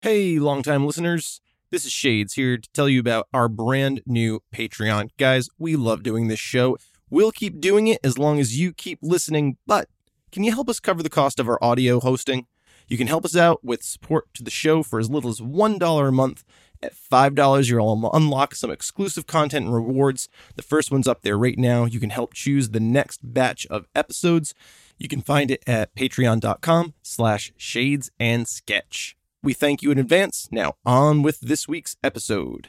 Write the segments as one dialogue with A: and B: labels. A: Hey, longtime listeners. This is Shades here to tell you about our brand new Patreon. Guys, we love doing this show. We'll keep doing it as long as you keep listening, but can you help us cover the cost of our audio hosting? You can help us out with support to the show for as little as $1 a month. At $5, you'll unlock some exclusive content and rewards. The first one's up there right now. You can help choose the next batch of episodes. You can find it at patreon.com slash shades and sketch. We thank you in advance. Now, on with this week's episode.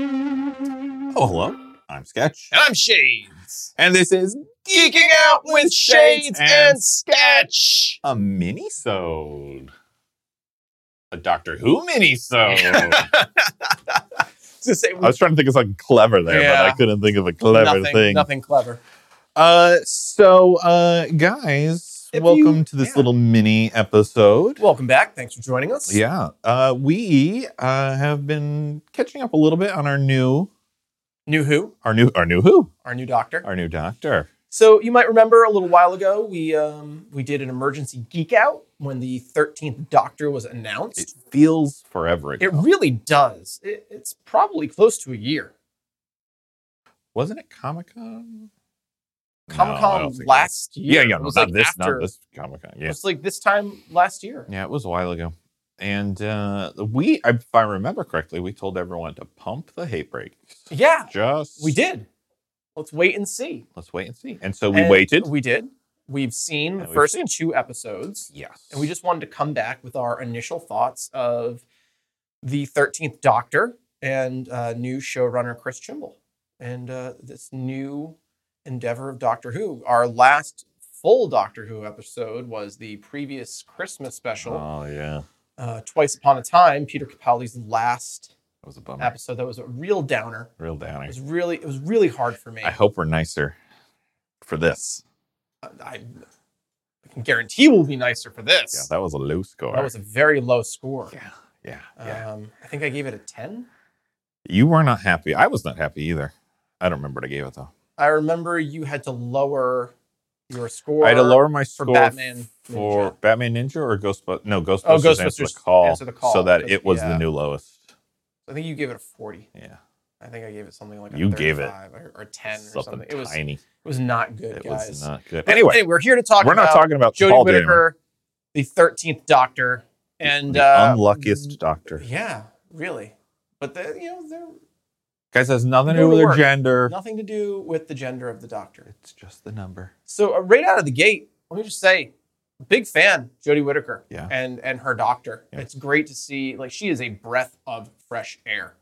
B: Oh, hello. I'm Sketch.
C: And I'm Shades.
B: And this is
C: Geeking out with Shades and Sketch.
B: a mini-sode. A Doctor Who mini-sode. I
C: It's the same
B: was trying to think of something clever there, but I
C: Yeah.
B: couldn't think of a Oh, clever
C: nothing,
B: thing.
C: Nothing clever.
B: Uh, so, uh, guys,
C: If
B: welcome
C: you-
B: to this
C: yeah.
B: little mini episode.
C: Welcome back. Thanks for joining us.
B: Yeah, uh, we uh, have been catching up a little bit on our new,
C: New Who,
B: our new, our new Who,
C: our new doctor.
B: our new Doctor.
C: So you might remember a little while ago we um, we did an emergency geek out when the thirteenth Doctor was
B: It
C: announced.
B: feels forever
C: It,
B: ago.
C: really does. It, it's probably close to a year.
B: Wasn't it Comic Con?
C: Comic Con last
B: Yeah,
C: year.
B: yeah,
C: It
B: no,
C: was
B: not
C: like
B: this,
C: after-
B: not this Comic Con.
C: It
B: Yeah,
C: was like this time last year.
B: yeah, it was a while ago, and uh, we, if I remember correctly, we told everyone to pump the hate brakes.
C: Yeah,
B: Just
C: we did. Let's wait and see.
B: Let's wait and see. And so we
C: And
B: waited.
C: We did. We've seen the
B: And we've
C: first
B: seen.
C: two episodes,
B: yes,
C: and we just wanted to come back with our initial thoughts of the Thirteenth Doctor and uh, new showrunner Chris Chimble, and uh, this new endeavor of Doctor Who. Our last full Doctor Who episode was the previous Christmas special,
B: Oh yeah,
C: uh, Twice Upon a Time, Peter Capaldi's last
B: that was a bummer.
C: episode. That was a real downer.
B: Real
C: It
B: downer.
C: was really, it was really hard for me.
B: I hope we're nicer for this.
C: I, I can guarantee we'll be nicer for this.
B: Yeah, that was a low score.
C: That was a very low score.
B: yeah, yeah, yeah.
C: Um, I think I gave it a 10.
B: you were not happy. I was not happy either. I don't remember what I gave it though.
C: I remember you had to lower your score.
B: I had to lower my score
C: Batman
B: for
C: Ninja. Oh,
B: Batman Ninja or Ghostbusters. No, Ghostbusters, answer, the
C: Ghostbusters
B: call,
C: Answer the Call,
B: so that
C: 'cause-
B: it was
C: yeah.
B: the new lowest.
C: I think you gave it a 40.
B: Yeah,
C: I think I gave it something like a
B: You gave it
C: 35 or, or 10 or
B: something,
C: something. It was it
B: tiny.
C: was not good,
B: It
C: guys.
B: was not good.
C: But
B: Anyway,
C: we're here to talk
B: we're not
C: about
B: talking about
C: Jodie
B: Paul Whitaker
C: Whittaker, the 13th Doctor, and
B: the
C: uh,
B: unluckiest doctor.
C: Yeah, really. But the, you know, they're
B: Guys has nothing
C: Go
B: to do
C: to
B: with their
C: work.
B: gender.
C: nothing to do with the gender of the Doctor.
B: It's just the number.
C: So uh, right out of the gate, let me just say, big fan Jodie Whittaker.
B: Yeah.
C: And and her doctor.
B: Yeah.
C: It's great to see. Like she is a breath of fresh air.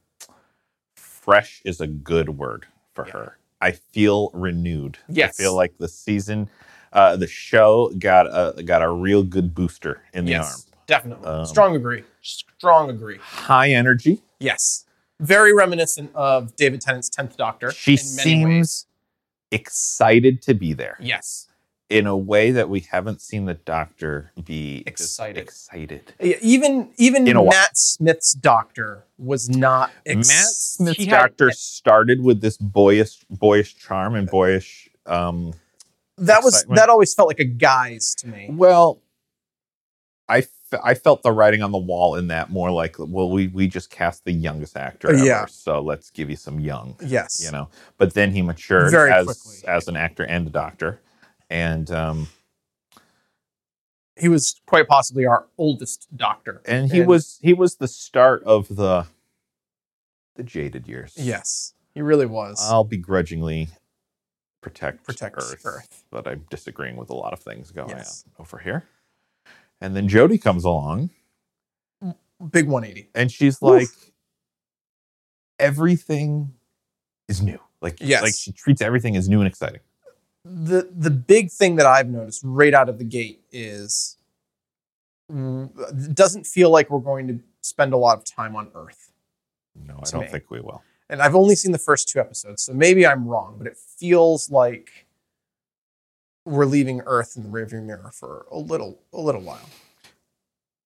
B: Fresh is a good word for
C: Yeah.
B: her. I feel renewed.
C: Yes.
B: I feel like the season, uh, the show got a got a real good booster in the
C: Definitely.
B: Um,
C: Strong agree. Strong agree.
B: arm. High energy.
C: Yes. Very reminiscent of David Tennant's Tenth Doctor.
B: She
C: in many
B: seems
C: ways.
B: excited to be there.
C: Yes.
B: in a way that we haven't seen the doctor be just
C: Excited.
B: Excited.
C: E- Even even
B: In a while.
C: Matt Smith's doctor was not ex-
B: Matt Smith's
C: he had-
B: doctor started with this boyish, boyish charm and boyish. Um,
C: that was
B: excitement.
C: that always felt like a guise to me.
B: well, I, fe- I felt the writing on the wall in that more like, well, we we just cast the youngest actor ever,
C: Yeah.
B: so let's give you some young,
C: Yes.
B: you know. But then he matured
C: Very
B: as
C: quickly.
B: as an actor and a doctor, and um,
C: He was quite possibly our oldest doctor.
B: and he was he was the start of the the jaded years.
C: Yes, he really was.
B: I'll begrudgingly protect
C: Protect
B: Oh, Earth,
C: Earth.
B: but I'm disagreeing with a lot of things going
C: Yes.
B: on over here. And then Jody comes along,
C: Big 180.
B: and she's
C: Woof.
B: like, "Everything is new." Like,
C: Yes.
B: like she treats everything as new and exciting.
C: The the big thing that I've noticed right out of the gate is mm, it doesn't feel like we're going to spend a lot of time on Earth.
B: No, I
C: It's
B: don't
C: me.
B: think we will.
C: And I've only seen the first two episodes, so maybe I'm wrong, but it feels like we're leaving Earth in the rearview mirror for a little a little while.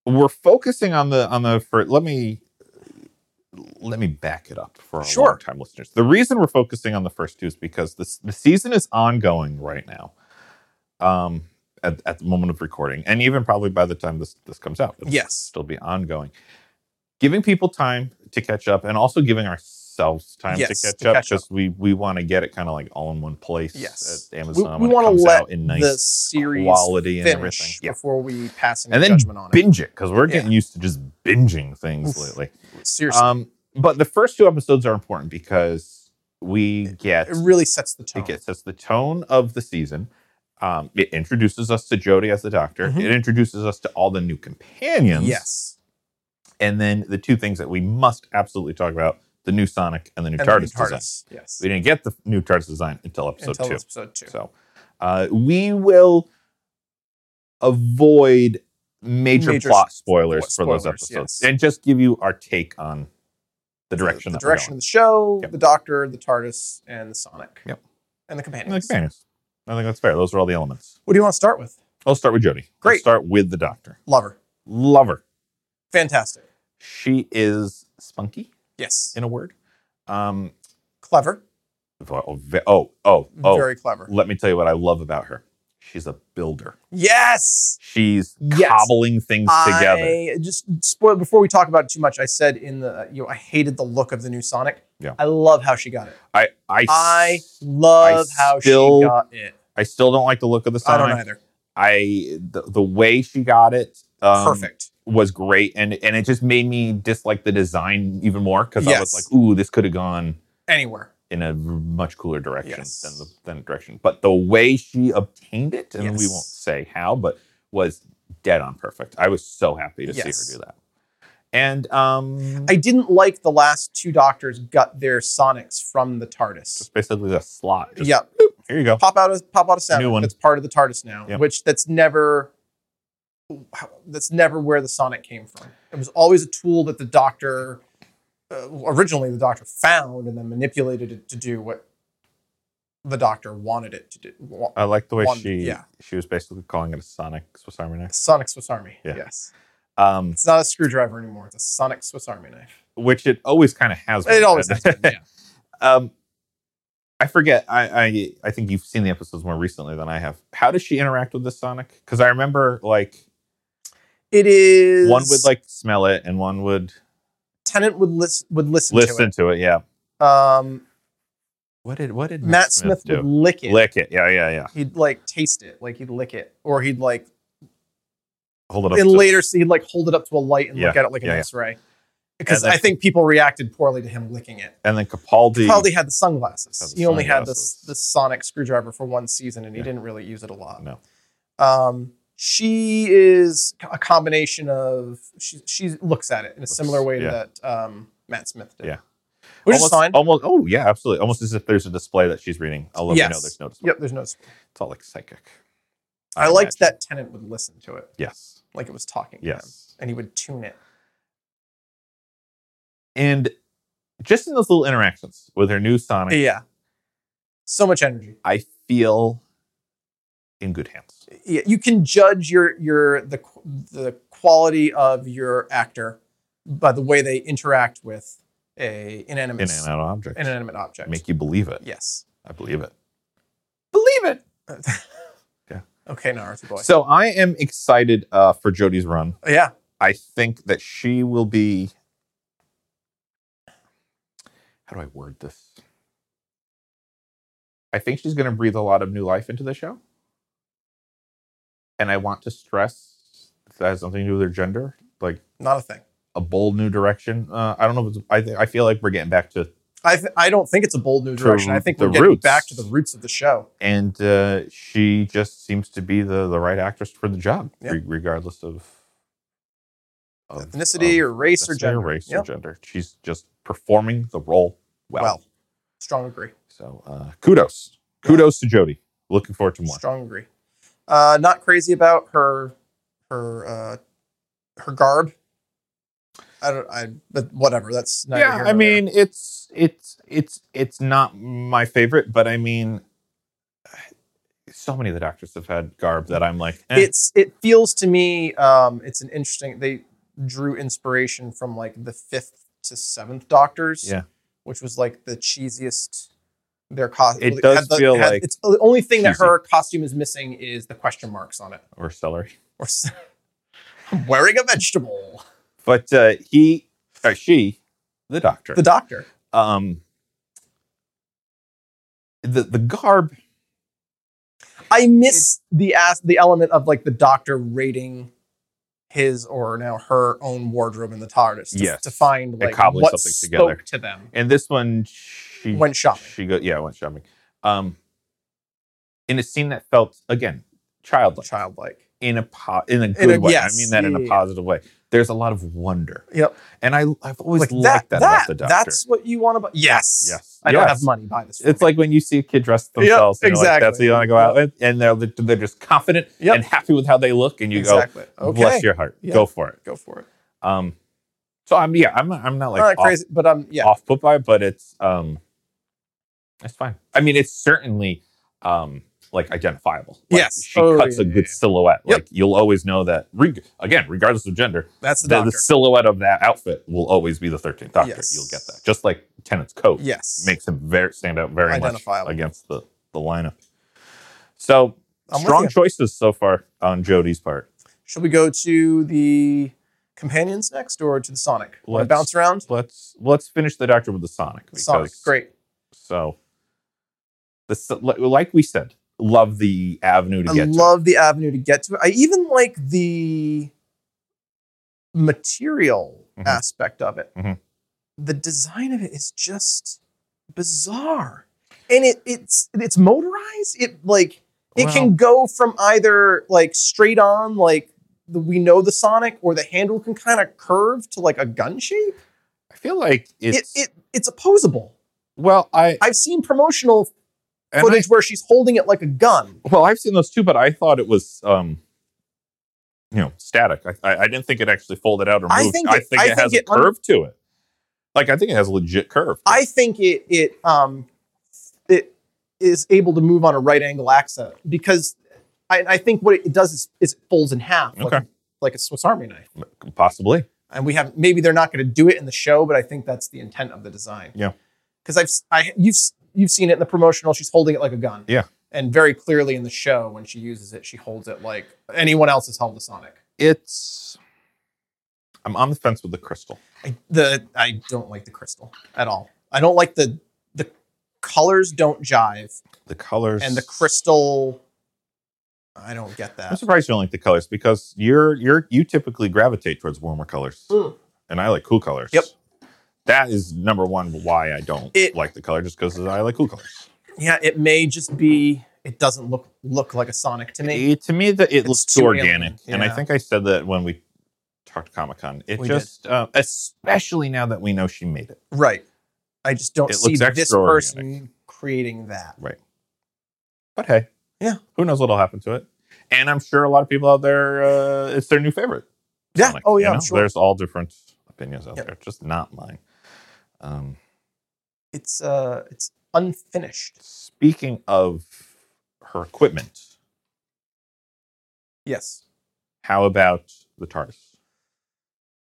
B: We're focusing on the on the for let me let me back it up for our
C: Sure.
B: long time listeners. The reason we're focusing on the first two is because this the season is ongoing right now. Um at, at the moment of recording, and even probably by the time this this comes out, it'll
C: Yes.
B: still be ongoing. Giving people time to catch up, and also giving ourselves time
C: Yes,
B: to catch
C: to
B: up
C: catch
B: because we we want to get it kind of like all in one place
C: Yes.
B: at
C: We,
B: Amazon
C: we
B: when it
C: want to
B: comes
C: let
B: out in
C: the
B: nice
C: series
B: quality and everything.
C: finish
B: Yeah
C: before we pass any
B: and then
C: judgment on it.
B: binge it because we're getting used to just binging things
C: Oof.
B: lately.
C: Seriously,
B: Um, but the first two episodes are important because we get
C: it really sets the tone.
B: it gets us the tone of the season. Um, it introduces us to Jody as the Doctor.
C: Mhm.
B: It introduces us to all the new companions.
C: yes.
B: and then the two things that we must absolutely talk about: the new Sonic and the new
C: And the
B: TARDIS.
C: new
B: design.
C: Yes.
B: We didn't get the new TARDIS design until episode
C: Until
B: two.
C: episode two.
B: So uh, we will avoid major,
C: Major
B: plot
C: s-
B: spoilers,
C: plot
B: for those
C: spoilers,
B: episodes
C: yes.
B: and just give you our take on the direction.
C: the,
B: that we're
C: direction of the show,
B: Yep.
C: the Doctor, the TARDIS, and the Sonic.
B: Yep.
C: And the
B: going. And
C: companions.
B: the companions. I think that's fair. Those are all the elements.
C: What do you want to start with?
B: I'll start with Jody.
C: Great.
B: Let's start with the doctor.
C: Lover.
B: Love her.
C: Fantastic.
B: She is spunky,
C: Yes.
B: in a word. Um,
C: Clever.
B: oh, ve- oh, oh, oh.
C: Very clever.
B: Let me tell you what I love about her. She's a builder.
C: Yes.
B: She's
C: Yes.
B: cobbling things together.
C: I just spoil before we talk about it too much. I said in the you know I hated the look of the new Sonic.
B: Yeah.
C: I love how she got it.
B: I, I,
C: I love how
B: still-
C: she got it.
B: I still don't like the look of the
C: I
B: Sonic.
C: don't either.
B: I the, the way she got it um,
C: Perfect.
B: was great, and and it just made me dislike the design even more because I was
C: Yes.
B: like, ooh, this could have gone
C: Anywhere.
B: in a much cooler direction
C: Yes.
B: than the than the direction. But the way she obtained it, and we
C: Yes.
B: won't say how, but was dead on perfect. I was so happy to
C: Yes.
B: see her do that. And um,
C: I didn't like the last two doctors got their Sonics from the TARDIS.
B: just basically the slot. Just,
C: yeah,
B: here you go.
C: pop out of pop out of seven.
B: New one.
C: That's part of the TARDIS now,
B: Yep.
C: which that's never that's never where the Sonic came from. It was always a tool that the Doctor uh, originally the Doctor found and then manipulated it to do what the Doctor wanted it to do. Wa-
B: I like the way
C: One-
B: she
C: yeah.
B: she was basically calling it a Sonic Swiss Army knife.
C: Sonic Swiss Army.
B: Yeah.
C: Yes,
B: Um,
C: it's not a screwdriver anymore. It's a Sonic Swiss Army knife.
B: which it always kind of has.
C: It always
B: been.
C: has been. Yeah.
B: um, I forget. I, I I think you've seen the episodes more recently than I have. How does she interact with the Sonic? Because I remember like
C: It is
B: one would like smell it and one would
C: tenant would listen would listen,
B: listen to it. Yeah.
C: to it. Um,
B: What did what did
C: Matt Smith, would
B: do?
C: lick it.
B: Lick it. Yeah, yeah, yeah.
C: He'd like taste it, like he'd lick it, or he'd like
B: Hold it up.
C: and
B: to-
C: later so he'd like hold it up to a light and look at it like
B: yeah,
C: an
B: yeah.
C: X-ray. Because
B: And then-
C: I think people reacted poorly to him licking it.
B: and then Capaldi.
C: Probably had the sunglasses.
B: Had the
C: he only had this
B: sunglasses.
C: this sonic screwdriver for one season, and he
B: Yeah.
C: didn't really use it a lot.
B: No.
C: Um, she is a combination of she she looks at it in a
B: Looks-
C: similar way
B: yeah.
C: that um, Matt Smith did.
B: Yeah.
C: Which
B: almost,
C: is fine.
B: Almost. Oh yeah, absolutely. Almost as if there's a display that she's reading. Although we know
C: Yes.
B: there's no display.
C: Yep, there's no.
B: It's all like psychic.
C: I, liked
B: imagine.
C: that tenant would listen to it
B: Yes.
C: like it was talking. to him,
B: Yes.
C: and he would tune it.
B: And just in those little interactions with her new Sonic,
C: Yeah. So much energy.
B: I feel in good hands.
C: yeah, you can judge your your the qu- the quality of your actor by the way they interact with a inanimate
B: In and out objects.
C: inanimate object.
B: Make you believe it.
C: yes,
B: I believe it.
C: believe it.
B: Yeah.
C: Okay, Naruto boy.
B: So I am excited uh, for Jody's run.
C: yeah.
B: I think that she will be. How do I word this? I think she's going to breathe a lot of new life into the show. And I want to stress if that has something to do with her gender, like
C: Not a thing.
B: a bold new direction. Uh, I don't know. If it's, I, th- I feel like we're getting back to,
C: I th- I don't think it's a bold new
B: To
C: direction. I think
B: the
C: we're getting
B: roots.
C: back to the roots of the show.
B: and uh, she just seems to be the, the right actress for the job,
C: Yeah.
B: re- regardless of, of
C: Ethnicity
B: of
C: or race or
B: ethnicity
C: gender.
B: race or
C: Yep.
B: gender. She's just performing the role well.
C: Well, strong agree.
B: So uh, kudos, kudos to Jody. Looking forward to more.
C: Strong agree. Uh, not crazy about her her uh, her garb. I don't. I but whatever. That's neither here
B: yeah,
C: nor
B: I
C: there.
B: mean it's it's it's it's not my favorite, but I mean so many of the doctors have had garb that I'm like, eh.
C: it's it feels to me um, it's an interesting they drew inspiration from like the fifth to seventh doctors
B: Yeah.
C: which was like the cheesiest their costume
B: It does feel like
C: it's the only thing that
B: cheesy.
C: her costume is missing is the question marks on it
B: or celery.
C: or s- I'm wearing a vegetable
B: But uh, he or she, the doctor,
C: the doctor
B: um, the the garb.
C: I miss the as the element of like the doctor rating his or now her own wardrobe in the TARDIS to,
B: Yes.
C: to find like
B: cobbling
C: what
B: something
C: spoke
B: together.
C: to them.
B: And this one, she
C: Went shopping.
B: She go, yeah, went shopping. Um, in a scene that felt again childlike,
C: Childlike.
B: in a po- in a good
C: a-
B: way.
C: yes,
B: I mean that in
C: yeah,
B: a
C: yeah.
B: positive way. There's a lot of wonder,
C: Yep.
B: and I I've always
C: Like
B: liked that, about the doctor.
C: That's what you want to buy. Yes.
B: yes,
C: I don't
B: Yes.
C: have money. Buy this. for
B: It's
C: me.
B: like when you see a kid dress
C: Yep,
B: themselves, and you're like, that's
C: exactly.
B: what you want to go out with, and they're they're just confident
C: Yep.
B: and happy with how they look, and you
C: exactly.
B: go,
C: okay.
B: bless your heart,
C: Yeah.
B: go for it.
C: Go for it.
B: Um, so I'm yeah, I'm not, I'm not like
C: All right,
B: off,
C: crazy. But um, yeah.
B: off put by, it, but it's um, it's fine. I mean, it's certainly um like identifiable. Like,
C: Yes.
B: she
C: Oh,
B: cuts
C: yeah,
B: a
C: yeah,
B: good
C: yeah.
B: silhouette.
C: Yep.
B: Like you'll always know that. Reg- again, regardless of gender,
C: That's the
B: the,
C: doctor.
B: the silhouette of that outfit will always be the 13th Doctor.
C: Yes.
B: You'll get that. Just like Tennant's coat
C: yes.
B: makes him very stand out very much
C: Identifiable.
B: against the the lineup. So
C: I'm with
B: strong
C: you.
B: choices so far on Jody's part.
C: Should we go to the companions next or to the Sonic? Want
B: Let's-
C: to bounce around?
B: Let's let's finish the Doctor with the Sonic. Because,
C: Sonic. Great.
B: So the s- li- like we said, love the avenue to
C: I
B: get
C: love the avenue to get to it. I even like the material
B: Mhm.
C: aspect of it.
B: Mhm.
C: The design of it is just bizarre, and it it's it's motorized. It like it can go from either like straight on, like the, we know the Sonic, or the handle can kind of curve to like a gun shape.
B: to. I feel like
C: It,
B: it's
C: it it's opposable.
B: well, I
C: I've seen promotional
B: and I
C: footage where she's holding it like a gun.
B: well, I've seen those too, but I thought it was um you know static. I, I, I didn't think it actually folded out or moved.
C: I think it- I think
B: has
C: it
B: a
C: un-
B: curve to it. Like I think it has a legit curve.
C: I think it it um it is able to move on a right angle axis because I, I think what it does is, is it folds in half like,
B: Okay.
C: like a Swiss Army knife.
B: possibly.
C: And we have maybe they're not going to do it in the show, but I think that's the intent of the design.
B: Yeah.
C: because I've s- I you've s- you've seen it in the promotional. She's holding it like a gun.
B: Yeah.
C: and very clearly in the show when she uses it, she holds it like anyone else has held a Sonic.
B: it's I'm on the fence with the crystal.
C: I, the I don't like the crystal at all. I don't like the the colors don't jive.
B: The colors
C: and the crystal. I don't get
B: I'm
C: that.
B: surprised you don't like the colors because you're you're you typically gravitate towards warmer colors.
C: Mm.
B: And I like cool colors.
C: Yep.
B: That is number one why I don't
C: It-
B: like the color, just because I like cool colors.
C: Yeah, it may just be. It doesn't look look like a Sonic to me.
B: It- to me, the, it looks too
C: too
B: organic,
C: alien,
B: and I
C: yeah.
B: think I said that when we talked Comic Con. It
C: We did.
B: just, uh, especially now that we know she made it.
C: Right. I just don't
B: It
C: see
B: looks
C: this
B: extra organic.
C: person creating that.
B: But hey,
C: Yeah.
B: who knows what'll happen to it? And I'm sure a lot of people out there, uh, it's their new favorite.
C: Yeah.
B: Sonic,
C: Oh,
B: you
C: yeah, I'm
B: know?
C: sure.
B: There's all different opinions out
C: Yep.
B: there, just not mine. Um,
C: It's uh, it's unfinished.
B: speaking of her equipment,
C: Yes.
B: how about the TARDIS?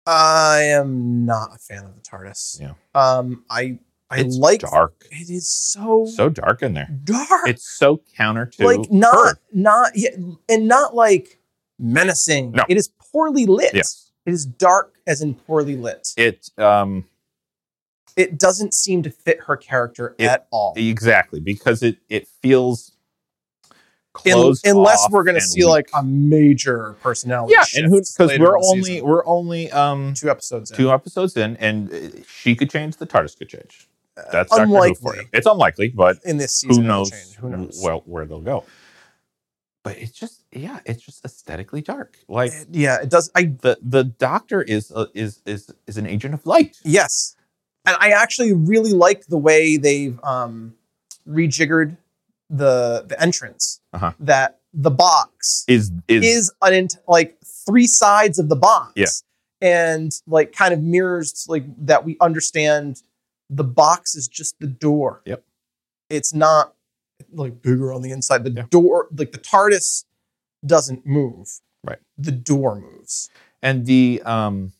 C: I am not a fan of the TARDIS.
B: Yeah.
C: Um. I I
B: it's
C: like.
B: dark,
C: It is so,
B: so dark in there.
C: dark.
B: It's so counter to
C: like
B: her.
C: not not yeah, and not like menacing.
B: No.
C: It is poorly lit.
B: Yes.
C: It is dark as in poorly lit. It,
B: It um
C: doesn't seem to fit her character
B: It-
C: at all.
B: exactly because it it feels
C: Un-
B: closed
C: unless
B: off
C: we're going to
B: and
C: see
B: weak.
C: like a major personality
B: yeah, and who
C: shift
B: because
C: later
B: we're
C: in the
B: only
C: season.
B: we're only um
C: two episodes in.
B: two episodes in, and uh, she could change, the TARDIS could change. That's Doctor Who for you.
C: unlikely
B: It's unlikely, but
C: in this season.
B: who
C: it'll
B: knows,
C: change. Who knows?
B: well where they'll go but it's just yeah it's just aesthetically dark like
C: It- yeah, it does. I
B: the the doctor is uh, is is is an agent of light
C: yes, and I actually really like the way they've um, rejiggered the the entrance.
B: Uh-huh.
C: That the box
B: is is,
C: is an int- like three sides of the box
B: Yeah.
C: and like kind of mirrors like that we understand the box is just the door
B: Yep.
C: it's not like booger on the inside. The door, like the TARDIS, doesn't move.
B: Right.
C: The door moves.
B: And the um,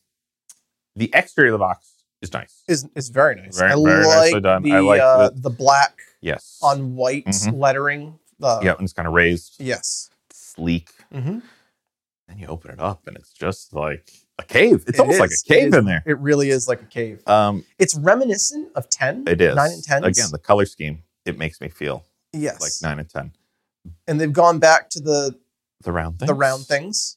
B: the exterior of the box is nice.
C: Is is very nice.
B: Very-
C: I
B: very
C: like
B: nicely done.
C: the
B: I like
C: uh,
B: the-
C: the black
B: Yes.
C: on white
B: Mhm.
C: lettering. The
B: yeah, and it's kind of raised,
C: yes.
B: sleek.
C: Mhm.
B: Then you open it up, and it's just like a cave. It's
C: It
B: almost like
C: is.
B: a cave
C: It is.
B: in there.
C: It really is like a cave.
B: Um,
C: It's reminiscent of ten.
B: it is
C: nine and ten.
B: Again, the color scheme it makes me feel
C: yes.
B: like nine and ten.
C: And they've gone back to the
B: The round thing.
C: the round things.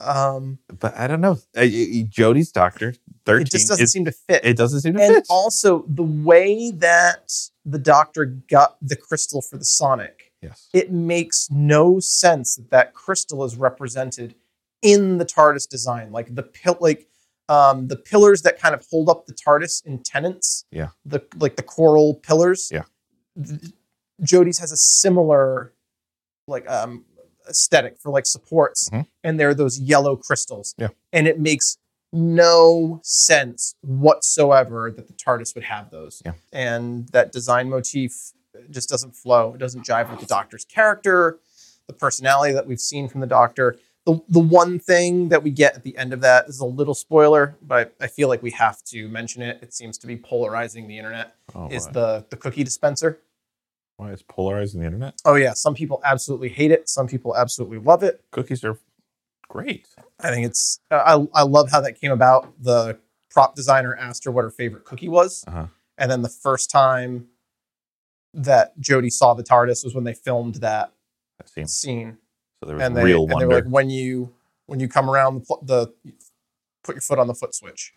C: Um,
B: But I don't know. Uh, y- y- Jody's doctor thirteen.
C: it just doesn't
B: is-
C: seem to fit.
B: it doesn't seem to
C: and
B: fit.
C: also the way that the doctor got the crystal for the Sonic,
B: yes.
C: it makes no sense that that crystal is represented in the TARDIS design, like the pil- like um, the pillars that kind of hold up the TARDIS in tenants.
B: Yeah.
C: the like the coral pillars.
B: Yeah.
C: Th- Jody's has a similar like um aesthetic for like supports
B: Mhm.
C: and they're those yellow crystals
B: Yeah.
C: and it makes no sense whatsoever that the tardis would have those
B: Yeah.
C: and that design motif just doesn't flow it doesn't jive with the doctor's character the personality that we've seen from the doctor the, the one thing that we get at the end of that is a little spoiler but i feel like we have to mention it it seems to be polarizing the internet
B: Oh,
C: is
B: why,
C: the the cookie dispenser
B: why is polarizing the internet?
C: oh yeah some people absolutely hate it some people absolutely love it
B: Cookies are great.
C: I think it's I I love how that came about. The prop designer asked her what her favorite cookie was,
B: Uh-huh.
C: and then the first time that Jody saw the TARDIS was when they filmed that
B: That seems
C: scene,
B: so. There was
C: and they
B: real
C: and they
B: wonder.
C: were like, when you when you come around the, pl- the put your foot on the foot switch.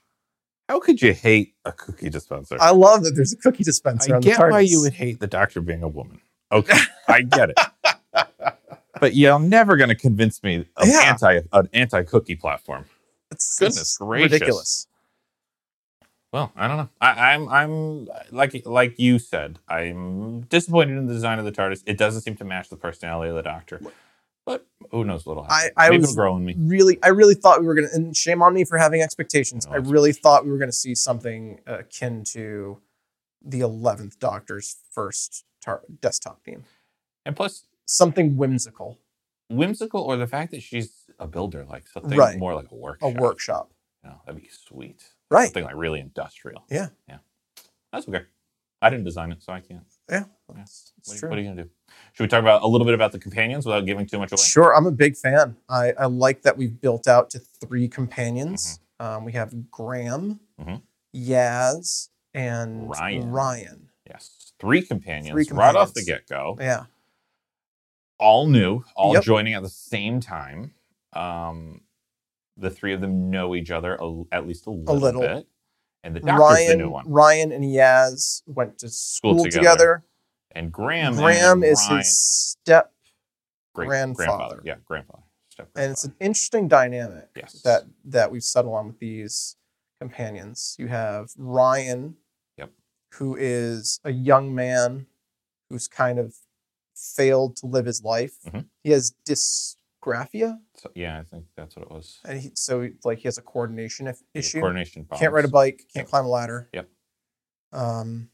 B: How could you hate a cookie dispenser?
C: I love that there's a cookie dispenser
B: I
C: on
B: get
C: the TARDIS.
B: why you would hate the doctor being a woman. Okay, I get it. But you're never going to convince me of
C: Yeah.
B: anti an anti cookie platform.
C: It's,
B: Goodness
C: it's
B: gracious.
C: ridiculous.
B: Well, I don't know. I, I'm I'm like like you said. I'm disappointed in the design of the TARDIS. It doesn't seem to match the personality of the Doctor. But who knows what'll happen?
C: I- I
B: Maybe
C: was-
B: it'll grow on me.
C: Really, I really thought we were gonna. And shame on me for having expectations.
B: No,
C: I
B: Oh, it's-
C: really thought we were gonna see something uh, akin to the Eleventh Doctor's first tar- desktop theme,
B: And plus,
C: something whimsical,
B: whimsical or the fact that she's a builder, like something
C: Right.
B: more like a workshop.
C: a workshop,
B: You know, that'd be sweet.
C: right?
B: Something like really industrial.
C: Yeah.
B: Yeah. That's okay. I didn't design it, so I can't.
C: It's- it's
B: What, are-
C: true.
B: what are you gonna do? Should we talk about a little bit about the companions without giving too much away?
C: Sure, I'm a big fan. I, I like that we've built out to three companions.
B: Mm-hmm.
C: Um, we have Graham,
B: Mhm.
C: Yaz, and
B: Ryan.
C: Ryan.
B: Yes. Three companions,
C: Three
B: right off the
C: companions.
B: get go.
C: Yeah,
B: All new, all
C: Yep.
B: joining at the same time. Um, the three of them know each other a, at least a little,
C: little.
B: bit. And the doctor's
C: Ryan.
B: the new one.
C: Ryan and Yaz went to school,
B: together.
C: together.
B: And Graham
C: Graham
B: and
C: is
B: Ryan-
C: his step,
B: great
C: grandfather.
B: Yeah, grandfather. Step
C: and it's an
B: grandfather.
C: interesting dynamic
B: Yes.
C: that that we've settled on with these companions. You have Ryan,
B: Yep.
C: who is a young man who's kind of failed to live his life.
B: Mhm.
C: He has dysgraphia,
B: So- yeah, I think that's what it was.
C: and he, so like he has a coordination if,
B: Yeah,
C: issue.
B: Coordination problems.
C: Can't ride a bike. Can't
B: Yep.
C: climb a ladder.
B: Yep.
C: Um,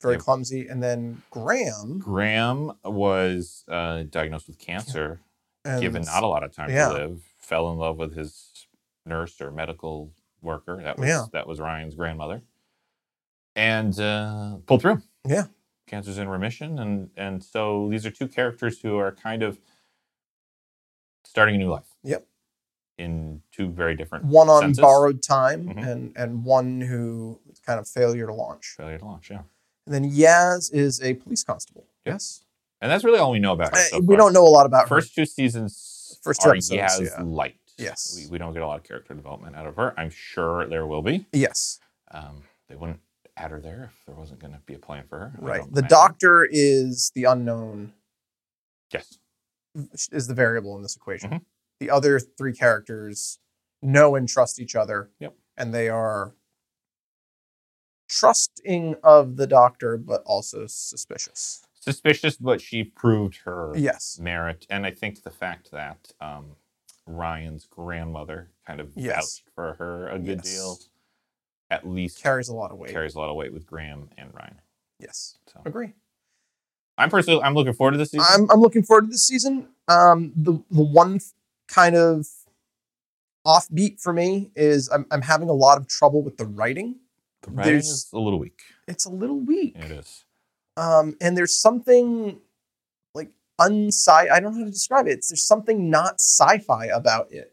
C: very
B: Yep.
C: clumsy. And then Graham,
B: Graham was uh, diagnosed with cancer,
C: and
B: given not a lot of time
C: yeah.
B: to live, fell in love with his nurse or medical worker. That was
C: Yeah.
B: that was Ryan's grandmother, and uh, pulled through.
C: Yeah.
B: cancer's in remission, and and so these are two characters who are kind of starting a new life.
C: Yep.
B: in two very different
C: one on
B: senses.
C: borrowed time
B: Mhm.
C: and and one who kind of failure to launch.
B: failure to launch. Yeah,
C: And then Yaz is a police constable.
B: Yep.
C: Yes,
B: and that's really all we know about. her
C: Uh,
B: so
C: we
B: far.
C: don't know a lot about
B: first two seasons
C: First two
B: are
C: episodes,
B: Yaz
C: yeah.
B: light.
C: Yes.
B: We, we don't get a lot of character development out of her. I'm sure there will be.
C: her. Yes,
B: Um, they wouldn't add her there if there wasn't going to be a plan for her. I
C: right.
B: don't
C: The
B: imagine.
C: doctor is the unknown,
B: Yes.
C: is the variable in this equation.
B: Mhm.
C: The other three characters know and trust each other.
B: Yep.
C: And they are trusting of the doctor, but also suspicious.
B: Suspicious, but she proved her
C: Yes.
B: merit. And I think the fact that um, Ryan's grandmother kind of
C: Yes.
B: vouched for her a good
C: Yes.
B: deal at least
C: Carries a lot of weight.
B: carries a lot of weight with Graham and Ryan.
C: Yes.
B: So
C: Agree.
B: I'm personally I'm looking forward to this season.
C: I'm, I'm looking forward to this season. Um, the the one th- kind of offbeat for me is I'm, I'm having a lot of trouble with the writing.
B: the writing
C: there's-
B: is a little weak.
C: It's a little weak.
B: It is.
C: Um, and there's something like unsci. I don't know how to describe it. It's, there's something not sci-fi about it.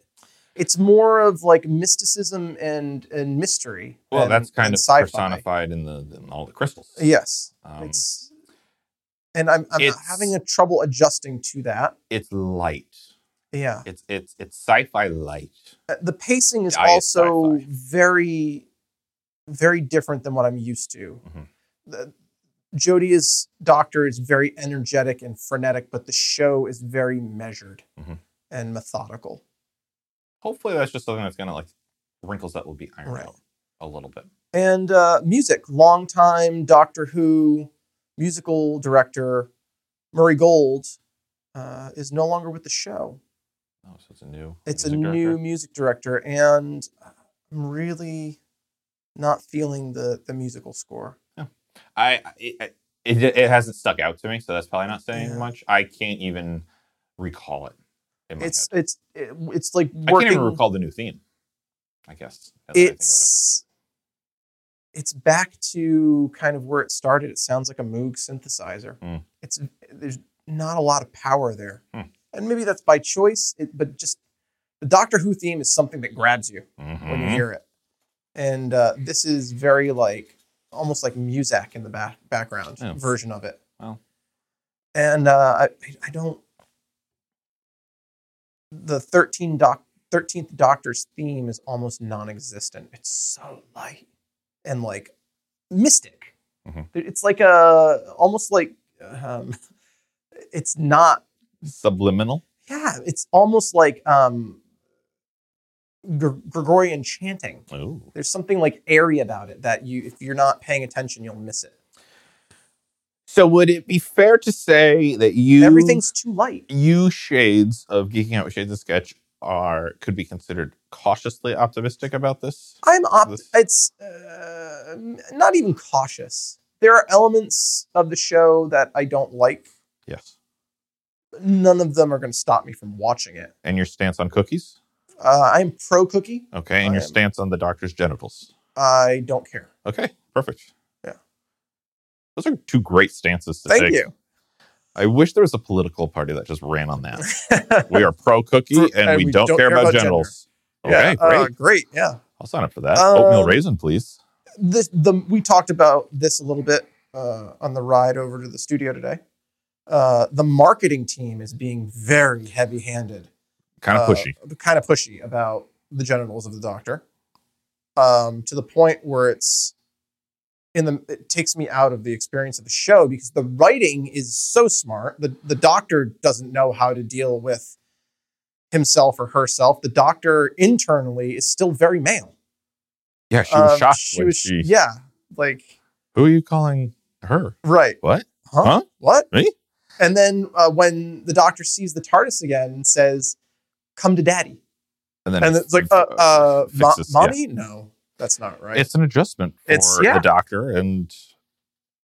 C: It's more of like mysticism and and mystery.
B: Well,
C: than-
B: that's
C: than
B: kind of
C: sci-fi.
B: personified in the in all the crystals.
C: Yes,
B: Um, it's
C: it's and I'm I'm
B: it's-
C: having a trouble adjusting to that.
B: light.
C: Yeah,
B: It's it's it's sci-fi light.
C: Uh, the pacing is
B: Yeah, it's
C: also
B: sci-fi.
C: very very different than what i'm used to
B: Mhm.
C: The- jodie's doctor is very energetic and frenetic but the show is very measured
B: Mhm.
C: and methodical
B: Hopefully, that's just something that's gonna like wrinkles that will be ironed
C: Right.
B: out a little bit.
C: and uh, music long time doctor who musical director murray gold uh, is no longer with the show
B: Oh, so it's a new.
C: it's a
B: music
C: new
B: director.
C: music director and i'm really not feeling the the musical score
B: I it, it it hasn't stuck out to me, so that's probably not saying
C: Yeah.
B: much. I can't even recall it. In my
C: it's
B: head.
C: it's it- it's like
B: I
C: working.
B: can't even recall the new theme. I guess now that I think about it.
C: it's it's back to kind of where it started. It sounds like a Moog synthesizer.
B: Hmm.
C: It's there's not a lot of power there,
B: Hmm.
C: and maybe that's by choice. It, but just the Doctor Who theme is something that grabs you when you
B: Mhm.
C: hear it, and uh, this is very like almost like Muzak in the back background
B: Oh.
C: version of it.
B: Wow.
C: and uh, I I don't the thirteen doc. 13th Doctor's theme is almost non existent. It's so light and like mystic.
B: Mhm.
C: It's like a almost like um, it's not,
B: subliminal.
C: yeah, it's almost like um, Gr- Gregorian chanting.
B: Ooh.
C: There's something like airy about it that you, if you're not paying attention, you'll miss it.
B: So would it be fair to say that you
C: Everything's too light.
B: you shades of geeking out with shades of sketch are could be considered cautiously optimistic about this?
C: I'm op-
B: This-
C: it's uh, m- not even cautious. There are elements of the show that I don't like.
B: Yes.
C: none of them are going to stop me from watching it.
B: And your stance on cookies?
C: Uh, I'm pro cookie.
B: Okay. And
C: I
B: your
C: am-
B: stance on the doctor's genitals.
C: I don't care.
B: Okay. Perfect.
C: Yeah.
B: Those are two great stances to
C: Thank
B: take.
C: you.
B: I wish there was a political party that just ran on that. we are pro cookie
C: For-
B: and, we, don't, care, about, genitals.
C: yeah,
B: Okay, great.
C: Uh, great. Yeah.
B: I'll sign up for that.
C: um,
B: Oatmeal raisin, please.
C: This the we talked about this a little bit uh, on the ride over to the studio today. Uh, the marketing team is being very heavy-handed,
B: Kind of
C: uh,
B: pushy.
C: kind of pushy about the genitals of the doctor, um, to the point where it's in the it takes me out of the experience of the show because the writing is so smart. The the doctor doesn't know how to deal with himself or herself. The doctor internally is still very male.
B: Yeah, she
C: Um,
B: was shocked.
C: she
B: when
C: was-
B: she,
C: yeah, like
B: Who are you calling her?
C: right.
B: What?
C: Huh?
B: Huh?
C: What?
B: Me?
C: And then uh, when the doctor sees the TARDIS again and says, "Come to daddy,"
B: then
C: and it's like, uh, uh, mo-
B: fixes- yeah.
C: mommy, no, that's not right.
B: It's an adjustment for
C: It's- yeah.
B: the doctor, and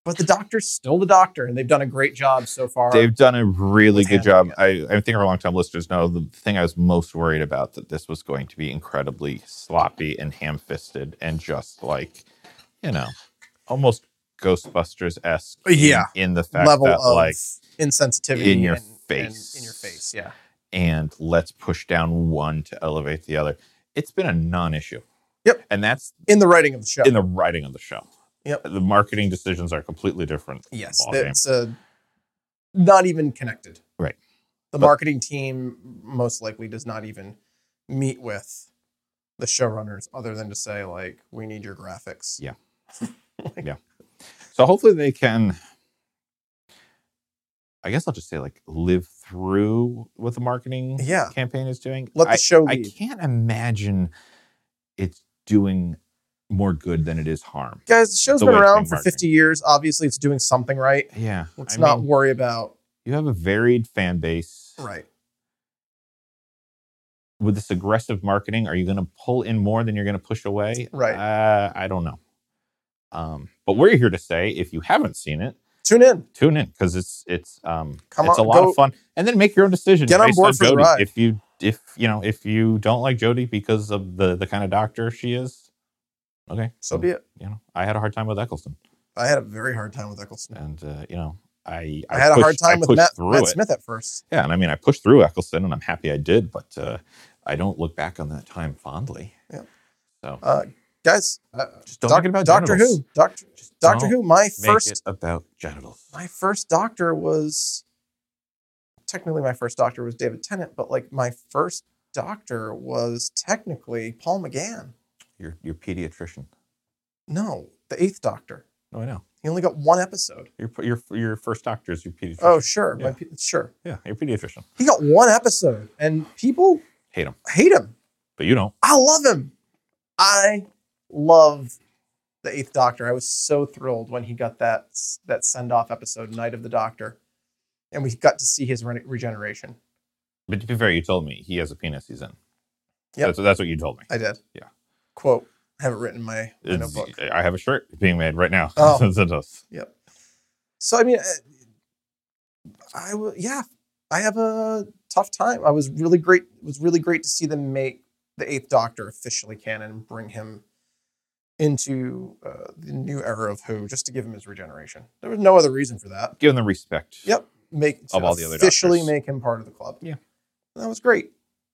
C: but the doctor's still the doctor, and they've done a great job so far.
B: they've done a really
C: With
B: good job.
C: handling
B: I, I think our longtime listeners know the thing I was most worried about that this was going to be incredibly sloppy and ham-fisted and just like, you know, almost Ghostbusters esque.
C: Yeah.
B: in, the fact
C: level
B: that
C: of
B: like
C: insensitivity
B: in your
C: and-
B: face.
C: and in your face, yeah.
B: and let's push down one to elevate the other. It's been a non-issue.
C: Yep.
B: and that's
C: In the writing of the show.
B: in the writing of the show.
C: Yep.
B: the marketing decisions are completely different.
C: yes,
B: ballgame.
C: it's uh, not even connected.
B: Right.
C: The
B: But-
C: marketing team most likely does not even meet with the showrunners other than to say like, "We need your graphics."
B: Yeah. So hopefully they can. I guess I'll just say like live through what the marketing
C: Yeah.
B: campaign is doing.
C: Let the
B: I,
C: show
B: I
C: lead.
B: can't imagine it's doing more good than it is harm.
C: Guys, the show's
B: The
C: been
B: way it's
C: around
B: being
C: for
B: marketed.
C: 50 years. Obviously, it's doing something right.
B: Yeah,
C: Let's
B: I
C: not
B: mean,
C: worry about
B: you have a varied fan base.
C: right.
B: With this aggressive marketing, are you going to pull in more than you're going to push away?
C: Right.
B: Uh, I don't know. Um, but we're here to say, if you haven't seen it,
C: Tune in.
B: Tune in because it's it's um
C: Come
B: it's
C: on,
B: a lot
C: go-
B: of fun. And then make your own decision.
C: Get on
B: based
C: board for the
B: Jodie.
C: ride.
B: If you if you know if you don't like Jody because of the the kind of doctor she is, okay.
C: So be it.
B: You know, I had a hard time with Eccleston,
C: I had a very hard time with Eccleston.
B: and uh, you know, I
C: I, had a hard
B: pushed- I
C: time with
B: pushed
C: Matt,
B: through
C: Matt
B: it.
C: Smith at first.
B: Yeah, and I mean, I pushed through Eccleston, and I'm happy I did, but uh, I don't look back on that time fondly.
C: Yeah.
B: So
C: Uh, guys, uh,
B: just don't
C: doc-
B: make it about
C: Doctor
B: genitals.
C: Who. Doctor
B: Just
C: Doctor
B: don't
C: Who. My
B: Make
C: first
B: it about genitals.
C: my first doctor was technically my first doctor was David Tennant, but like my first doctor was technically Paul McGann.
B: Your your pediatrician.
C: No, the eighth doctor.
B: No, I know.
C: He only got one episode.
B: Your your your first doctor is your pediatrician.
C: Oh, sure. My
B: Yeah.
C: pe- sure.
B: yeah, your pediatrician.
C: He got one episode and people
B: Hate him,
C: hate him.
B: but you don't.
C: I love him. I love the eighth doctor. I was so thrilled when he got that that send-off episode, Night of the Doctor. And we got to see his re- regeneration.
B: But to be fair, you told me he has a penis. He's in.
C: Yep.
B: That's, that's what you told me.
C: I did.
B: Yeah.
C: Quote. I have it written in my, my
B: It's-
C: notebook.
B: I have a shirt being made right now.
C: Oh.
B: It's- it's-
C: Yep. So I mean, I- I will. Yeah, I have a tough time. I was really great. It was really great to see them make the Eighth Doctor officially canon and bring him into uh, the new era of Who, just to give him his regeneration. There was no other reason for that.
B: give him the respect.
C: Yep. Make to
B: Of all the other
C: officially
B: Doctors.
C: make him part of the club.
B: Yeah.
C: And that was great.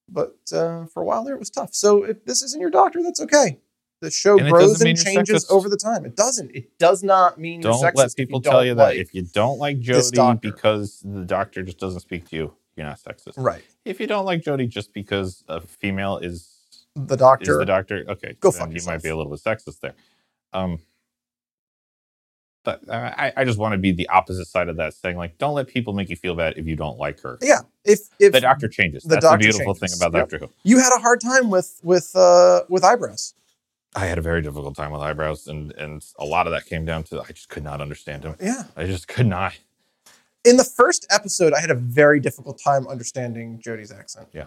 C: But uh, for a while there, it was tough. So if this isn't your doctor, that's okay. The show
B: And it
C: grows
B: doesn't
C: and
B: mean you're
C: changes
B: sexist.
C: over the time. It doesn't. It does not mean
B: Don't
C: you're sexist.
B: let
C: if you
B: people
C: don't
B: tell you that
C: like-
B: if you don't like
C: this
B: Jody
C: doctor. Mm.
B: because the doctor just doesn't speak to you, you're not sexist.
C: Right.
B: If you don't like Jody just because a female is
C: The
B: is
C: doctor.
B: the doctor, okay,
C: Go
B: then
C: fuck
B: you
C: yourself.
B: might be a little bit sexist there. Um, but uh, I, I just want to be the opposite side of that, saying like, don't let people make you feel bad if you don't like her.
C: yeah. If if
B: the doctor changes.
C: the
B: That's
C: doctor
B: the beautiful
C: changes.
B: thing about
C: Yep.
B: Doctor Who.
C: you had a hard time with with uh with eyebrows.
B: I had a very difficult time with eyebrows, and and a lot of that came down to I just could not understand him.
C: Yeah.
B: I just could not.
C: In the first episode, I had a very difficult time understanding Jodie's accent.
B: Yeah.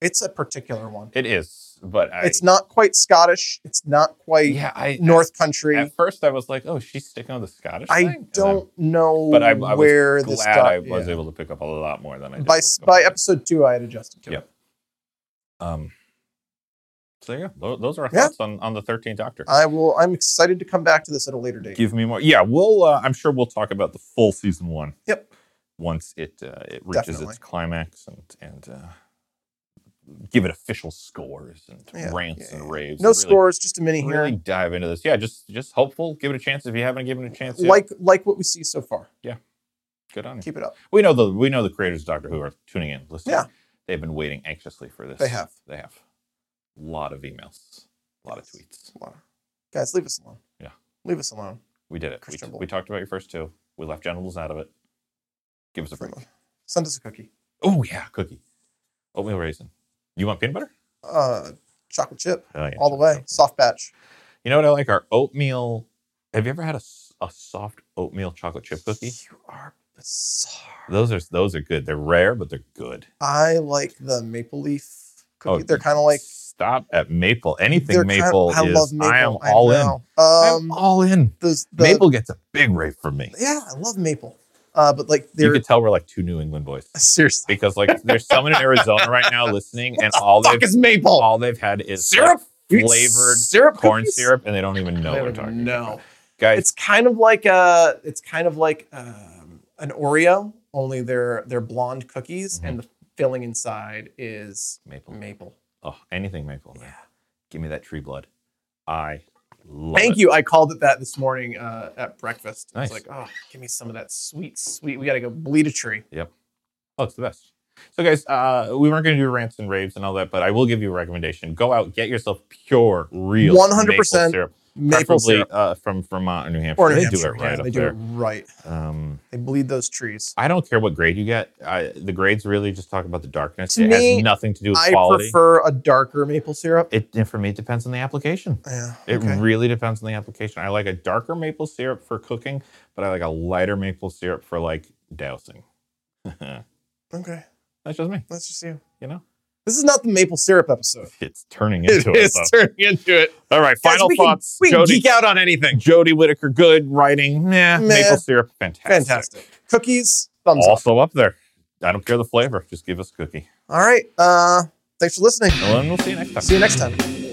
C: It's a particular one.
B: It is, but I,
C: it's not quite Scottish. It's not quite
B: Yeah, I
C: North
B: At,
C: Country.
B: at first, I was like, oh, she's sticking on the Scottish. thing?
C: I
B: And
C: don't know
B: But I- I was
C: where
B: I'm
C: this
B: glad
C: doc-
B: I was
C: yeah.
B: able to pick up a lot more than I did.
C: by
B: with
C: s-
B: Scottish.
C: by episode two, I had adjusted to
B: Yep.
C: it.
B: Um, so there you go. Tho- Those are our
C: Yeah.
B: thoughts on, on the 13th Doctor.
C: I will. I'm excited to come back to this at a later date.
B: Give me more. Yeah, we'll. Uh, I'm sure we'll talk about the full season one.
C: Yep.
B: Once it uh, it reaches
C: Definitely.
B: its climax and and uh, give it official scores and
C: Yeah,
B: rants
C: yeah, yeah.
B: and raves.
C: No
B: and
C: scores, just a mini
B: Really,
C: here.
B: really dive into this. Yeah, just just hopeful. Give it a chance if you haven't given it a chance. Yet.
C: like like what we see so far.
B: good on you.
C: Keep it up.
B: We know the we know the creators of Doctor Who are tuning in, listening.
C: Yeah.
B: They've been waiting anxiously for this.
C: They have.
B: They have. A lot of emails. A lot of tweets.
C: Come on. Guys, leave us alone.
B: Yeah.
C: Leave us alone.
B: We did it. We,
C: Christian Bull.
B: we talked about your first two. We left genitals out of it. Give us a break.
C: Send us a cookie.
B: Oh yeah, cookie. Oatmeal raisin. You want peanut butter?
C: Uh, chocolate chip
B: Oh, yeah,
C: all the way.
B: chocolate.
C: Soft batch.
B: You know what I like? Our oatmeal. Have you ever had a, s- a soft oatmeal chocolate chip cookie?
C: You are bizarre.
B: Those are those are good. They're rare, but they're good.
C: I like the maple leaf cookie.
B: Oh,
C: they're kind of like
B: Stop at maple.
C: they're
B: Anything
C: kinda-
B: maple is. I am
C: I
B: all in.
C: know. Um,
B: I'm all in.
C: those the,
B: maple gets a big rave from me.
C: Yeah, I love maple. Uh, but like
B: You
C: they're
B: could tell we're like two New England boys
C: seriously.
B: because like there's someone in Arizona right now listening, and all they've
C: Fuck is maple
B: all they've had is
C: syrup
B: like, flavored
C: syrup
B: corn
C: cookies?
B: syrup, and they don't even know
C: They
B: what we're
C: don't
B: talking
C: know.
B: about. Guys,
C: It's kind of like a. It's kind of like um, an Oreo, only they're they're blonde cookies,
B: Mm-hmm.
C: and the filling inside is
B: maple.
C: maple.
B: Oh, anything maple. Man. Give me that tree blood. I love
C: Thank
B: it.
C: you. I called it that this morning uh, at breakfast. I was like,
B: Nice.
C: oh, give me some of that sweet, sweet. We got to go bleed a tree.
B: Oh, it's the best. So, guys, uh, we weren't going to do rants and raves and all that, but I will give you a recommendation. Go out, get yourself pure, real, maple
C: 100%
B: syrup,
C: Maple
B: preferably
C: syrup.
B: uh, from Vermont or New Hampshire.
C: Or New
B: they do
C: Hampshire.
B: it right
C: Yeah,
B: up
C: they do
B: there.
C: it right.
B: Um,
C: They bleed those trees.
B: I don't care what grade you get. I, the grades really just talk about the darkness.
C: To
B: it
C: me,
B: has nothing to do with
C: I
B: quality.
C: prefer a darker maple syrup.
B: it and for me it depends on the application.
C: Yeah.
B: It
C: okay.
B: really depends on the application. I like a darker maple syrup for cooking, but I like a lighter maple syrup for like dousing. That's
C: okay.
B: just me,
C: That's just you.
B: you know.
C: This is not the maple syrup episode.
B: It's turning into it.
C: is
B: though.
C: turning into it.
B: All right,
C: Guys,
B: final
C: we can-
B: thoughts.
C: we can
B: Jody,
C: geek out on anything.
B: Jody Whittaker, good writing.
C: Meh.
B: Nah, maple syrup, fantastic.
C: Fantastic. Cookies, thumbs up.
B: Also up there. I don't care the flavor. Just give us a cookie.
C: All right. Uh, thanks for listening.
B: Well, and we'll see you next time.
C: See you next time.